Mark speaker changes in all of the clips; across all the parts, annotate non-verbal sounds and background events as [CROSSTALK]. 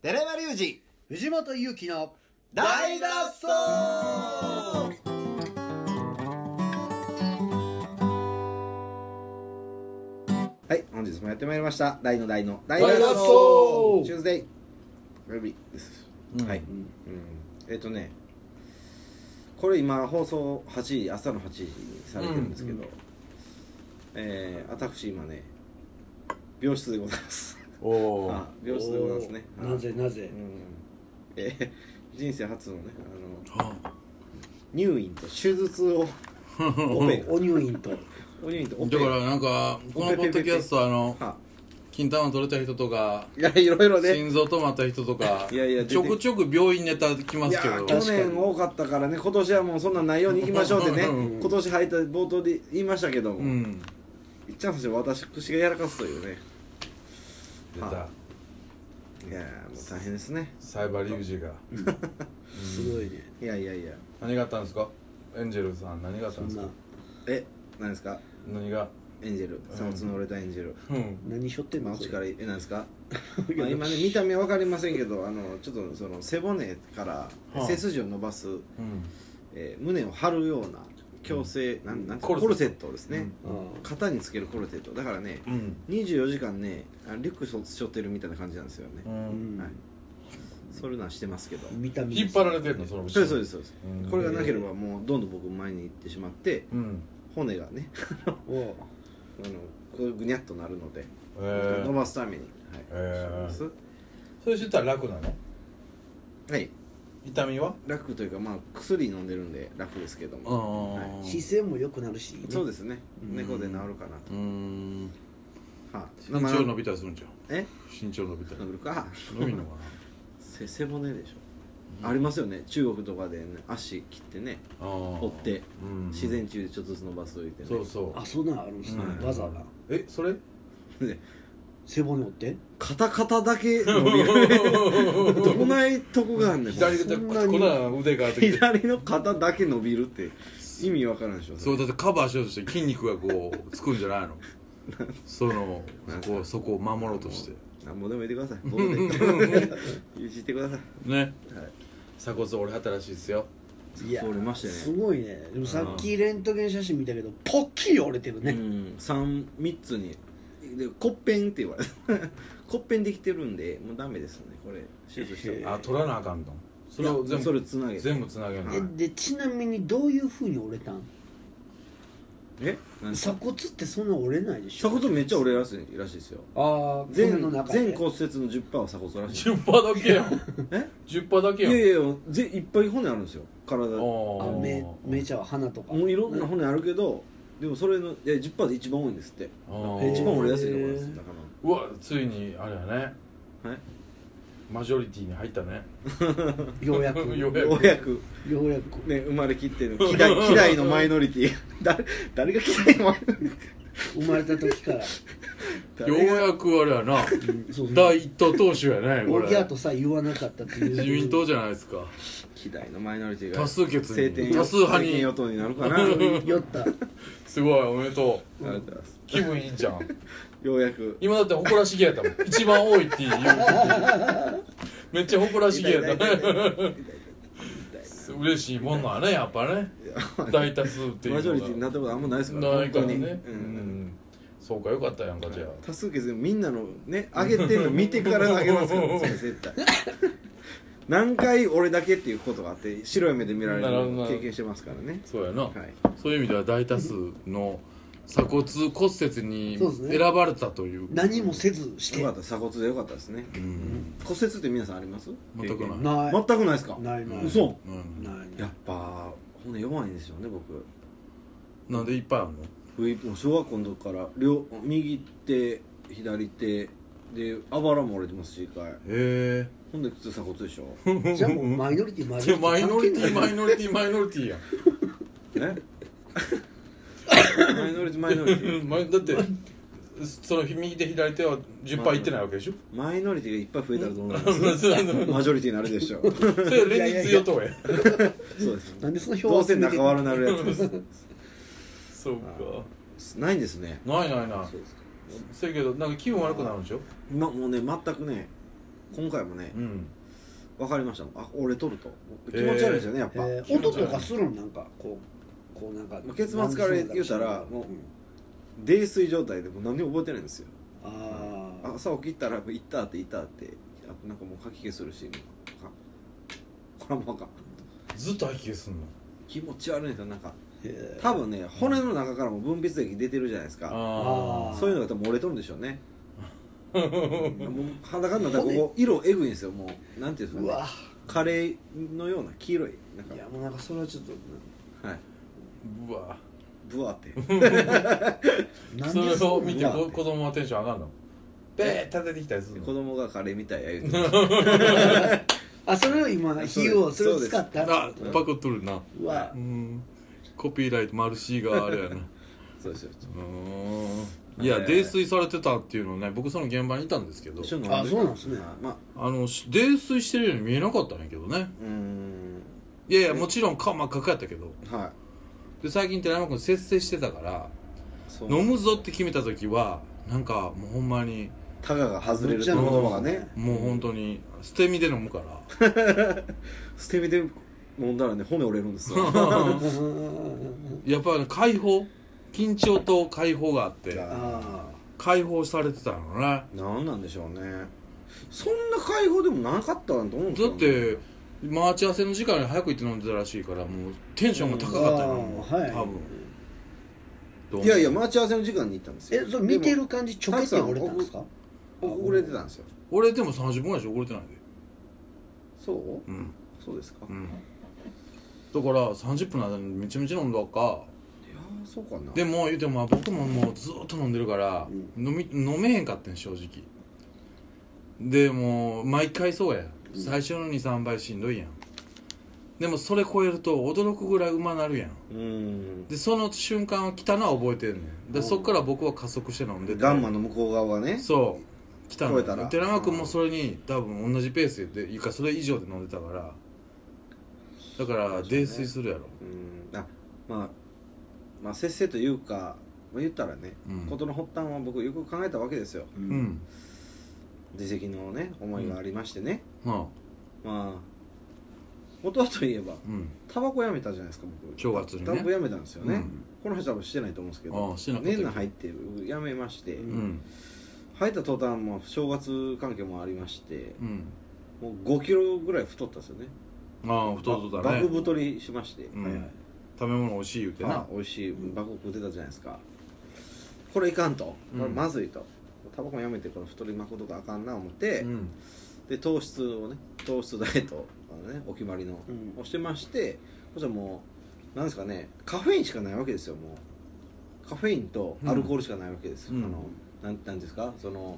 Speaker 1: 寺山隆
Speaker 2: 二藤本勇樹の
Speaker 1: 二大脱走はい本日もやってまいりました大の大の大脱走
Speaker 2: 大脱走
Speaker 1: チューズデイ土曜日です、
Speaker 2: うん
Speaker 1: はい、うん、えっ、とねこれ今放送8時朝の8時にされてるんですけど、えー、私今ね病室でございます
Speaker 3: おお
Speaker 1: あ病室でございますね
Speaker 2: おーなぜなぜ
Speaker 1: うんえー人生初のねあの入院と手術をオペ
Speaker 2: お入院と
Speaker 1: お入院とオペ
Speaker 3: だからなんかこのポッドキャストあの
Speaker 1: あ
Speaker 3: 金玉取れた人とか
Speaker 1: いやいろいろね
Speaker 3: 心臓止まった人とか
Speaker 1: いやいや出て
Speaker 3: ちょくちょく病院ネタ来ま
Speaker 1: い
Speaker 3: す
Speaker 1: や
Speaker 3: けど
Speaker 1: 去年多かったからね今年はもうそんなんないようにいきましょうってね
Speaker 3: うん
Speaker 1: 今年入った冒頭で言いましたけども、
Speaker 3: うん
Speaker 1: いっちゃん最初私口がやらかすというね
Speaker 4: 出た
Speaker 1: いやーもう大変ですね
Speaker 4: サイバーリュウジが
Speaker 2: すごいね
Speaker 1: いやいやいや
Speaker 4: 何があったんですかエンジェルさん何があった
Speaker 2: そ
Speaker 4: んです
Speaker 2: んな
Speaker 4: か
Speaker 1: え何ですか
Speaker 4: 何が
Speaker 1: エンジェルさんの折れたエンジェル、
Speaker 4: うん
Speaker 2: 何しょってん
Speaker 1: まあ
Speaker 2: の
Speaker 1: お力えなんですか
Speaker 2: い
Speaker 1: ま
Speaker 2: や
Speaker 1: あ今ね見た目わかりませんけどあのちょっとその背骨から
Speaker 3: はあ
Speaker 1: 背筋を伸ばす、
Speaker 4: うん
Speaker 1: えー胸を張るような矯正、なんなんてコ
Speaker 4: コ
Speaker 1: ル
Speaker 4: ルセット
Speaker 1: セットですね、
Speaker 2: うん
Speaker 1: 肩につけるコルセットだからね
Speaker 4: うん
Speaker 1: 24時間ねあリュックしょ背負ってるみたいな感じなんですよね
Speaker 4: う、
Speaker 2: うん
Speaker 1: はい
Speaker 2: ん、
Speaker 1: それなんしてますけど、
Speaker 2: 見た目
Speaker 4: 引っ張られてるのその
Speaker 1: そうですそうですすそうです、
Speaker 4: うん
Speaker 1: これがなければもうどんどん僕前に行ってしまって
Speaker 4: うん
Speaker 1: 骨がね [LAUGHS]
Speaker 2: おう
Speaker 1: あのこうぐにゃっとなるので、
Speaker 4: えー
Speaker 1: 伸ばすためにはい、
Speaker 4: えー
Speaker 1: そうで
Speaker 4: それしたら楽なの
Speaker 1: すはい
Speaker 4: 痛みは
Speaker 1: 楽というかまあ薬飲んでるんで楽ですけど
Speaker 3: あ
Speaker 1: も、
Speaker 3: あ
Speaker 2: 姿勢も良くなるし
Speaker 1: そう
Speaker 2: で
Speaker 1: ですね
Speaker 2: うん
Speaker 1: 猫で治るかなと
Speaker 3: う、ん
Speaker 1: はあ
Speaker 3: 身長伸びたりするんじゃん
Speaker 1: え
Speaker 3: 身長伸びたり
Speaker 1: 伸びるか
Speaker 3: 伸びんのか
Speaker 1: [LAUGHS] せ背骨でしょ、
Speaker 3: うん
Speaker 1: ありますよね中国とかで、ね、足切ってね
Speaker 3: なああ
Speaker 1: 折って
Speaker 4: うん
Speaker 1: 自然中でちょっとずつ伸ばすといてね
Speaker 4: そうそう
Speaker 2: あそんなんあるんですね
Speaker 4: うん
Speaker 2: 技が
Speaker 4: えそ
Speaker 1: [LAUGHS]
Speaker 4: れ
Speaker 2: 背骨折って
Speaker 1: 肩肩だけ伸びるどないとこがあんねん
Speaker 4: 左
Speaker 1: そ
Speaker 4: 手
Speaker 1: ん
Speaker 4: こ
Speaker 1: なに
Speaker 4: んな腕があって
Speaker 1: [LAUGHS] 左の肩だけ伸びるって意味わからんでしょ
Speaker 3: そうだってカバーしようとして筋肉がこうつくんじゃない
Speaker 1: [LAUGHS]
Speaker 3: のそのそこそこを守ろうとして
Speaker 1: 何もでも言ってくださいボールで言ってください
Speaker 3: ね
Speaker 4: 鎖骨折れはったらしいですよ
Speaker 2: いや
Speaker 1: 折れましたよね
Speaker 2: すごいねでもさっきレントゲン写真見たけどポッキリ折れてる
Speaker 1: う
Speaker 2: ね
Speaker 1: ん三三つにでコッペンって言 [LAUGHS] われたコッペンできてるんでもうダメですねこれ手術しても
Speaker 4: あ取らなあかんのそれを全
Speaker 1: それ
Speaker 4: 部
Speaker 1: つなげて
Speaker 4: 全部つなげんの
Speaker 1: は
Speaker 2: え
Speaker 1: い
Speaker 2: でちなみにどういうふうに折れたん
Speaker 1: え何
Speaker 2: 鎖骨ってそんな折れないでしょ
Speaker 1: 鎖骨めっちゃ折れやすいらしいですよ
Speaker 2: ああ
Speaker 1: 全
Speaker 2: の中で
Speaker 1: 全骨折の10%は鎖骨らしい
Speaker 4: 10%だけやん
Speaker 1: え
Speaker 4: 10%だけ
Speaker 1: い
Speaker 4: やん
Speaker 1: やいやいやぜいっぱい骨あるんですよ体
Speaker 4: あ
Speaker 1: も
Speaker 4: ー
Speaker 2: あ目目ちゃう鼻とか
Speaker 1: ういろんな骨あるけどでもそれのいや10%で一番多いんですって
Speaker 4: あー
Speaker 1: 一番折れやすいところですだか
Speaker 4: うわついにあれやね
Speaker 1: らはい
Speaker 4: マジョリティに入ったね
Speaker 2: ようやく
Speaker 4: ようや
Speaker 1: ようやく
Speaker 2: ようやく
Speaker 1: ね生まれきっての嫌い嫌いのマイノリティ誰誰が嫌いのマイノリテ
Speaker 2: 生まれた時から
Speaker 1: ィ
Speaker 3: ようやくあれやな
Speaker 2: そう
Speaker 3: 第一党党首やねこ
Speaker 2: オ
Speaker 3: れ
Speaker 2: ギャーとさ言わなかったっていう
Speaker 3: 自民党じゃないですか
Speaker 1: 嫌いのマイノリティが
Speaker 3: 多数決
Speaker 1: 晴天
Speaker 3: に多数派
Speaker 1: 晴天
Speaker 3: に
Speaker 1: 与党になるかなあり
Speaker 2: 酔った
Speaker 3: すごいおめでと
Speaker 1: がとうございます
Speaker 4: う気分いいじゃ
Speaker 1: [LAUGHS]
Speaker 4: ん
Speaker 1: ようやく
Speaker 4: 今だって誇らしげやったもん一番多いっていうめっちゃ誇らしげやった嬉しいもんなんやねやっぱね大多数っていうのが
Speaker 1: マジョリティになったことあんまないですから
Speaker 4: ないからねう
Speaker 1: 本当に
Speaker 4: ん、
Speaker 1: うん
Speaker 4: そうかよかったやんかじゃあ
Speaker 1: 多数決でみんなのね上げてるの見てから上げますからそれ絶対何回俺だけっていうことがあって白い目で見られるのを経験してますからね
Speaker 3: うそうやな、
Speaker 1: はい
Speaker 3: そういう意味では大多数の鎖骨骨折に
Speaker 2: そうですね
Speaker 3: 選ばれたという
Speaker 2: 何もせずし
Speaker 1: よ
Speaker 2: て
Speaker 1: かった鎖骨でよかったですね
Speaker 3: うん
Speaker 1: 骨折って皆さんあります
Speaker 3: 全くない
Speaker 2: ない
Speaker 1: 全くないですか
Speaker 2: ないない
Speaker 1: 嘘
Speaker 3: うん
Speaker 2: ない
Speaker 1: やっぱ骨弱いんですよね僕
Speaker 3: なんでいっぱいあるの
Speaker 1: 上もう小学校の時から両右手左手であばらも折れてますし一回
Speaker 3: へ
Speaker 1: ほんで普通鎖骨でしょ [LAUGHS]
Speaker 2: ないじゃあもうマイノリティマ
Speaker 3: え
Speaker 2: ジョリティ
Speaker 3: マイノリティマイノリティマイノリティやん
Speaker 1: ねマイノリティマイノリティ
Speaker 4: うんまだってその右手左手は10杯いってないわけでしょ
Speaker 1: マイノリティがいっぱい増えたらどうなるんです
Speaker 4: [LAUGHS] そうやな
Speaker 1: かマジョリティになるでしょう
Speaker 4: それ連日与党や
Speaker 1: そうです
Speaker 2: なんでその
Speaker 1: どう
Speaker 2: 表集
Speaker 1: せ
Speaker 2: めて
Speaker 1: 仲悪なるやつで
Speaker 4: そう
Speaker 1: すないんですね
Speaker 4: かないないない
Speaker 1: そうです
Speaker 4: せやけどなんか気分悪くなるんでしょ
Speaker 1: 今もうね全くね今回もね
Speaker 3: うん
Speaker 1: 分かりましたあ俺取ると気持ち悪いですよねやっ
Speaker 2: え
Speaker 1: ぱ、
Speaker 2: ー音とかするのなんかこうこうなんか
Speaker 1: まあ結末から言うたらもうん泥酔状態でもう何も覚えてないんですよ
Speaker 2: ああ
Speaker 1: 朝起きたら「行った」って「行った」ってあなんかもう吐き気するしもうあこれはもうあかん
Speaker 4: ずっと吐き気すんの
Speaker 1: 気持ち悪いんですよなんか
Speaker 2: へー
Speaker 1: 多分ね骨の中からも分泌液出てるじゃないですか
Speaker 2: あー
Speaker 1: そういうのが多分漏れとるんでしょ
Speaker 2: [LAUGHS]
Speaker 1: うねもう裸になったらここ色えぐいんですよもうなんていうんです
Speaker 2: う
Speaker 1: か、
Speaker 2: わ
Speaker 1: ね、カレーのような黄色いなんか
Speaker 2: いやもうなんかそれはちょっと
Speaker 1: はい
Speaker 4: ーうわ
Speaker 1: ブワーって
Speaker 2: [LAUGHS] な
Speaker 4: それを見て
Speaker 2: なんで
Speaker 4: こ子供はテンション上がるのペー立ててきたりする
Speaker 1: 子
Speaker 4: の
Speaker 1: 供がカレーみたいや言
Speaker 2: [LAUGHS]
Speaker 1: うてまし
Speaker 2: あそれを今費用それを使った
Speaker 3: あパクっとるな
Speaker 2: うわ
Speaker 3: うんコピーライトマルシーがあれやな
Speaker 1: たそうですよ
Speaker 3: うんいや
Speaker 1: えー
Speaker 3: 泥酔されてたっていうのね僕その現場にいたんですけど
Speaker 1: 一緒に飲
Speaker 2: あそうなんですね
Speaker 1: あまあ
Speaker 3: あのし泥酔してるように見えなかったんやけどね
Speaker 1: うーん
Speaker 3: いやいやもちろん顔真っ赤やったけど
Speaker 1: はい
Speaker 3: で最近寺山君節制してたから
Speaker 1: そう
Speaker 3: 飲むぞって決めた時はなんかもうほんまに
Speaker 1: タガが外れる
Speaker 2: めっちゃ飲む
Speaker 1: 言葉がね
Speaker 3: もう本当に捨て身で飲むから
Speaker 1: 捨て身で飲んだらね骨折れる
Speaker 2: [LAUGHS]
Speaker 1: んですよ [LAUGHS]
Speaker 3: やっぱり解放緊張と解放があって
Speaker 2: あ
Speaker 3: 解放されてたのね
Speaker 1: なんなんでしょうねそんな解放でもなかったなと思うんです
Speaker 3: だ
Speaker 1: よ
Speaker 3: っ
Speaker 1: ね
Speaker 3: て待ち合わせの時間に早く行って飲んでたらしいからもうテンションが高かったよ、
Speaker 2: うん
Speaker 3: もう
Speaker 2: あーはい
Speaker 3: 多分どう思う
Speaker 1: いやいや待ち合わせの時間に行ったんです
Speaker 2: え
Speaker 1: よ
Speaker 2: それ見てる感じちょけて折れたんですか
Speaker 1: でも遅れてたんですよ
Speaker 3: 俺でも30分ぐらいしか遅れてないで
Speaker 1: そう
Speaker 3: うん
Speaker 1: そうですか、
Speaker 3: う
Speaker 1: い
Speaker 3: んだから30分の間にめちゃめちゃ飲んだか
Speaker 1: やーそうかな
Speaker 3: でも言うてもまあ僕ももうずーっと飲んでるから、飲み飲めへんかったん正直でもう毎回そうや最初の23倍しんどいやんでもそれ超えると驚くぐらいうまなるやん
Speaker 1: うーん
Speaker 3: でその瞬間は来たのは覚えてんねんでそっから僕は加速して飲んでて
Speaker 1: ガンマの向こう側がね
Speaker 3: そう来たの
Speaker 1: 超えたら
Speaker 3: 寺山君もそれに多分同じペースでいうかそれ以上で飲んでたからだから
Speaker 1: そうでしょうね
Speaker 3: 泥酔するやろ
Speaker 1: うーんあまあまあせっせというかまあ言ったらね、
Speaker 3: うん
Speaker 1: ことの発端は僕よく考えたわけですよ
Speaker 2: う
Speaker 3: うん、
Speaker 1: 自責のね思いがありましてね、
Speaker 3: まあ
Speaker 1: まあ元はといえば
Speaker 3: うん
Speaker 1: タバコやめたじゃないですか僕
Speaker 3: 正月に
Speaker 1: タバコ
Speaker 3: ね
Speaker 1: やめたんですよね、
Speaker 3: うん
Speaker 1: この話多分してないと思うんですけ
Speaker 3: あ
Speaker 1: ど
Speaker 3: あしてなかった
Speaker 1: 年内入ってやめまして、
Speaker 3: うん
Speaker 1: 入った途端、まあ、正月関係もありまして
Speaker 3: うん
Speaker 1: もう5キロぐらい太ったんですよね
Speaker 3: ああ太そうだ
Speaker 1: バク
Speaker 3: ね
Speaker 1: 太りしまして、
Speaker 3: うん食べ物美味しい言うて
Speaker 1: ま
Speaker 3: な
Speaker 1: あ美味しいバク食ってたじゃないですかこれいかんと
Speaker 3: うん
Speaker 1: これまずいと、タバコもやめてこの太りまくとかあかんな思って、
Speaker 3: うん
Speaker 1: で糖質をね糖質ダイエットあの、ね、お決まりの、
Speaker 2: うん
Speaker 1: をしてましてそしたらもうなんですかねカフェインしかないわけですよもうカフェインとアルコールしかないわけですよ、
Speaker 3: うん
Speaker 1: あのなんなんですかその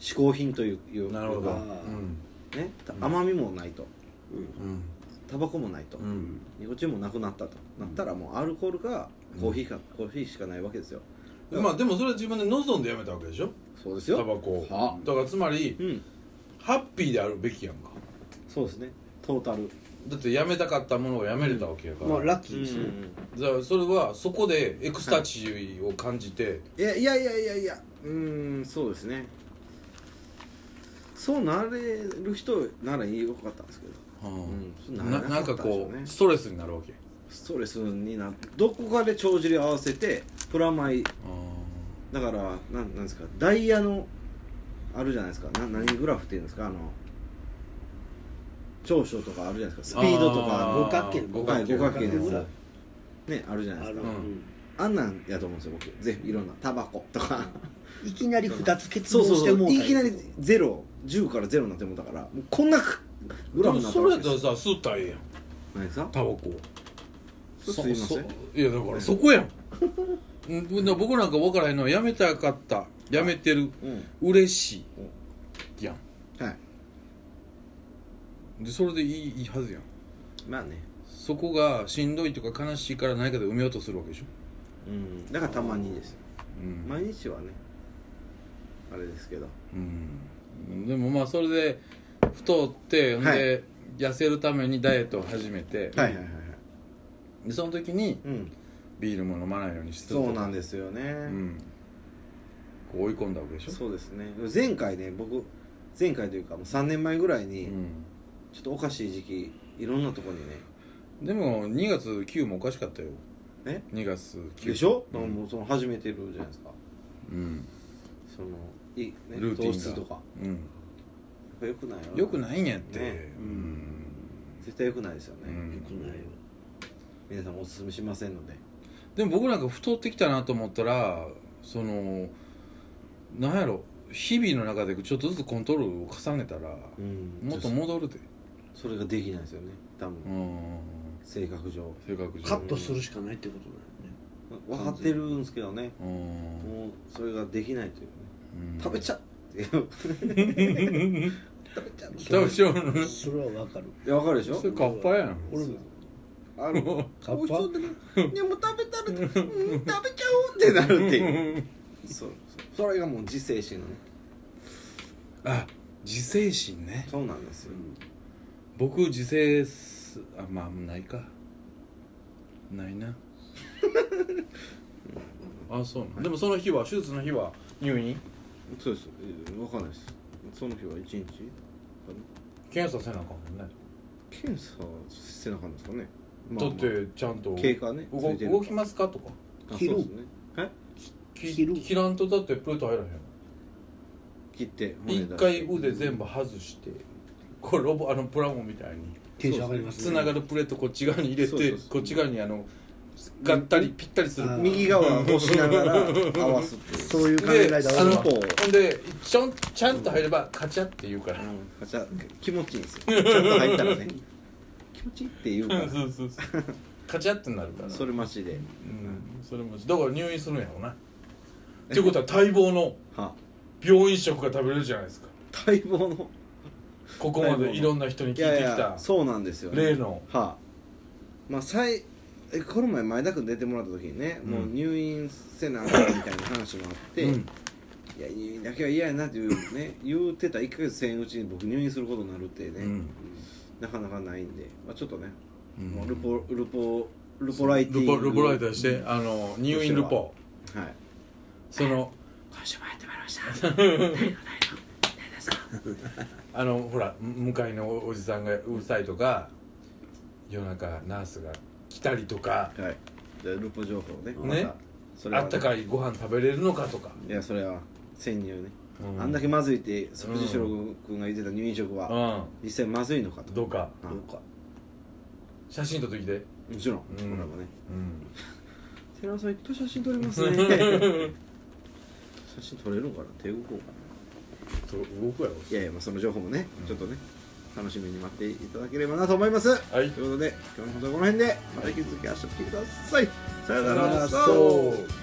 Speaker 1: 嗜好品といういう
Speaker 3: なるほどう
Speaker 1: か
Speaker 3: ん
Speaker 1: ね、甘みもないと
Speaker 3: うん
Speaker 1: タバコもないと、
Speaker 3: うん
Speaker 1: ニコチンもなくなったとなったらもうアルコールかコーヒーか、コーヒーしかないわけですよ
Speaker 4: まあでもそれは自分で望んでやめたわけでしょ
Speaker 1: そうです
Speaker 4: タ
Speaker 1: よ
Speaker 4: バコを
Speaker 1: は
Speaker 4: だからつまり
Speaker 1: うん
Speaker 4: ハッピーであるべきやんか
Speaker 1: そうですねトータル
Speaker 4: だってやめたかったものをやめれたわけやから、
Speaker 2: まあラッキーですね
Speaker 1: い
Speaker 4: じゃあそれはそこでエクスタチーを感じて、
Speaker 1: やいやいやいやいやうーんそうですねそうなれる人ならよかったんですけど
Speaker 3: うん
Speaker 1: うん
Speaker 3: ななん
Speaker 1: なか
Speaker 3: かこ
Speaker 1: ったでしょうね
Speaker 3: うストレスになるわけ
Speaker 1: ストレスになってどこかで帳尻合わせてプラマイ
Speaker 3: あ
Speaker 1: だからなんなんですかダイヤのあるじゃないですかな何グラフっていうんですかあの長所とかあるじゃないですかスピードと
Speaker 3: あー
Speaker 1: か
Speaker 2: 五角形の
Speaker 1: はい五角形
Speaker 2: 五角
Speaker 1: です
Speaker 2: ぐらい
Speaker 1: ねあるじゃない
Speaker 2: あ
Speaker 1: です
Speaker 2: る
Speaker 1: か
Speaker 3: うん
Speaker 1: あんなんやと思うんですよ僕ぜいろんなタバコとか
Speaker 2: いきなり二つ結
Speaker 1: [LAUGHS] そう
Speaker 2: 合
Speaker 1: そう
Speaker 2: して
Speaker 1: そ
Speaker 2: も
Speaker 1: う
Speaker 2: うた
Speaker 1: [LAUGHS] いきなりゼロ10からゼロになってもうたからもうこんなグ
Speaker 4: で
Speaker 1: ラ
Speaker 4: も
Speaker 1: フになった
Speaker 4: そ
Speaker 1: わ
Speaker 4: れ
Speaker 1: け
Speaker 4: やっ
Speaker 1: で
Speaker 4: た
Speaker 1: す
Speaker 4: らさ吸ったらええやん
Speaker 1: 何ですか
Speaker 4: タバコ
Speaker 1: そすいません
Speaker 4: いやだからそこやんうんだから僕なんか分からへんのはやめたかったやめてる
Speaker 1: うん
Speaker 4: 嬉しいや
Speaker 1: はい
Speaker 4: んでそれでいいいいはずやん
Speaker 1: まあね
Speaker 4: そこがしんどいとか悲しいから何かで埋めようとするわけでしょ、
Speaker 1: うんだからたまにです
Speaker 4: うん
Speaker 1: 毎日はねあれですけど
Speaker 4: うん、でもまあそれで太って、
Speaker 1: はい
Speaker 4: で痩せるためにダイエットを始めて、
Speaker 1: はいはいはいはい
Speaker 4: でその時に
Speaker 1: うん
Speaker 4: ビールも飲まないようにして
Speaker 1: そうなん
Speaker 4: で
Speaker 1: ですよね、
Speaker 4: うん、こう追い込んだわけでしょ
Speaker 1: そうですね前回ね僕前回というかもう3年前ぐらいうに
Speaker 4: ん
Speaker 1: ちょっとおかしい時期いろんなところにね
Speaker 3: でも2月9もおかしかったよ
Speaker 1: え
Speaker 3: 2月9
Speaker 1: でしょ、
Speaker 3: う
Speaker 1: だから
Speaker 3: ん、
Speaker 1: もうその始めてるじゃないですか
Speaker 3: うん
Speaker 1: そのい、ね、
Speaker 3: ルーティンが
Speaker 1: 糖質とかや
Speaker 3: うん
Speaker 1: っぱ良くないよ
Speaker 3: よくないんやって、
Speaker 1: ね
Speaker 3: うん
Speaker 1: 絶対良くないですよね、
Speaker 3: うん
Speaker 2: よくないよ
Speaker 1: 皆さんおすすめしませんので
Speaker 3: でも僕なんか太ってきたなと思ったらそのなんやろ日々の中でちょっとずつコントロールを重ねたら
Speaker 1: うん
Speaker 3: もっと戻るで
Speaker 1: それができないですよね多分、
Speaker 3: うん
Speaker 1: 性格上
Speaker 3: 性格上
Speaker 2: カットするしかないってことだよね
Speaker 1: 分かってるんですけどね
Speaker 3: うんうん
Speaker 1: もうそれができないというね食べちゃうっていう食べちゃう
Speaker 3: 食べちゃうの
Speaker 2: それはわかる
Speaker 1: [LAUGHS] いやわかるでしょ
Speaker 3: [LAUGHS] それカッパやん
Speaker 2: 俺も
Speaker 1: あの
Speaker 2: カッパ
Speaker 1: 美味しそうだけどでも食べたらうん食べちゃおうってなるっていうそうそうそれがもう自制心のね
Speaker 3: あ自制心ね
Speaker 1: そうなんですよ
Speaker 3: 僕自制すあまあないかないな [LAUGHS] あそうなんでもその日は手術の日は入院
Speaker 1: そうです分かんないですその日は1日
Speaker 3: 検査せなあかんもんね
Speaker 1: 検査してなかったんですかね、
Speaker 3: だってちゃんと
Speaker 1: 経過ね
Speaker 3: 動
Speaker 1: ついてる
Speaker 3: 動きますかとか
Speaker 1: あ
Speaker 2: 切る
Speaker 1: そうですねえ
Speaker 3: き
Speaker 2: 切る
Speaker 3: 切らんとだってプレート入らへん
Speaker 1: 切って骨出して
Speaker 3: 一回腕全部外してこれロボあのプラモみたいに
Speaker 2: テンション上がります
Speaker 3: つながるプレートこっち側に入れ
Speaker 1: そうそ
Speaker 3: て
Speaker 1: うそう
Speaker 3: こっち側にあのがったりぴったりする
Speaker 2: あー
Speaker 1: 右側を押しながら合わすっていう
Speaker 2: そういう考え
Speaker 3: で
Speaker 2: ライダーは
Speaker 3: あの
Speaker 1: 寸法を
Speaker 3: ほんでちょんちゃんと入ればカチャって言うから
Speaker 1: うんじゃあ気持ちいいんですよちゃんと入ったらね気持ちいいって言うから
Speaker 3: そうそうそうカチャってなるから
Speaker 1: それマジで
Speaker 3: うんそれもだから入院するんやろうなっていうことは待望の
Speaker 1: [LAUGHS] は
Speaker 3: 病院食が食べれるじゃないですか
Speaker 1: 待望の
Speaker 3: ここまでいろんな人に聞い
Speaker 1: い
Speaker 3: てきた
Speaker 1: やいやそうなんですよね
Speaker 3: 例の
Speaker 1: はあまあ最えこの前前田君出てもらった時にね、
Speaker 3: うん
Speaker 1: もう入院せなあかんみたいな話もあって、
Speaker 3: う
Speaker 1: い
Speaker 3: ん
Speaker 1: や入院だけは嫌やなっていう
Speaker 3: [LAUGHS]
Speaker 1: ね言うてた1ヶ月せんうちに僕入院することになるってね、
Speaker 3: うん
Speaker 1: なかなかないんで、まあ、ちょっとね、
Speaker 3: うん
Speaker 1: もうルポルポルポライティング
Speaker 3: ルポルポライターしてあの入院ルポ
Speaker 1: はい
Speaker 3: その
Speaker 1: 今週もやってまいりました
Speaker 3: [LAUGHS] あのほらむ向かいのおじさんがうるさいとか夜中ナースが来たりとか
Speaker 1: はい、じゃあルポ情報ね
Speaker 3: ね
Speaker 1: またそれ
Speaker 3: あ
Speaker 1: は、
Speaker 3: ったかいご飯食べれるのかとか
Speaker 1: いやそれは潜入ね、
Speaker 3: うん
Speaker 1: あんだけまずいって食事郎君が言ってた入院食は、
Speaker 3: う
Speaker 1: 実際まずいのかと
Speaker 3: んどうか
Speaker 1: あ
Speaker 2: か
Speaker 3: 写真撮ってきて
Speaker 1: もちろん、
Speaker 3: うん
Speaker 1: これもね
Speaker 3: うん
Speaker 1: 寺尾さんいっぱい写真撮れます
Speaker 3: [LAUGHS]
Speaker 1: ね写真撮れるんかな手動こうか
Speaker 3: そう動くやろ
Speaker 1: ないやいやまあその情報もね、ちょっとね楽しみに待っていただければなと思います、
Speaker 3: はい
Speaker 1: ということで今日の放送はこの辺でまた引き続き明日来てくださいさよなら
Speaker 3: そう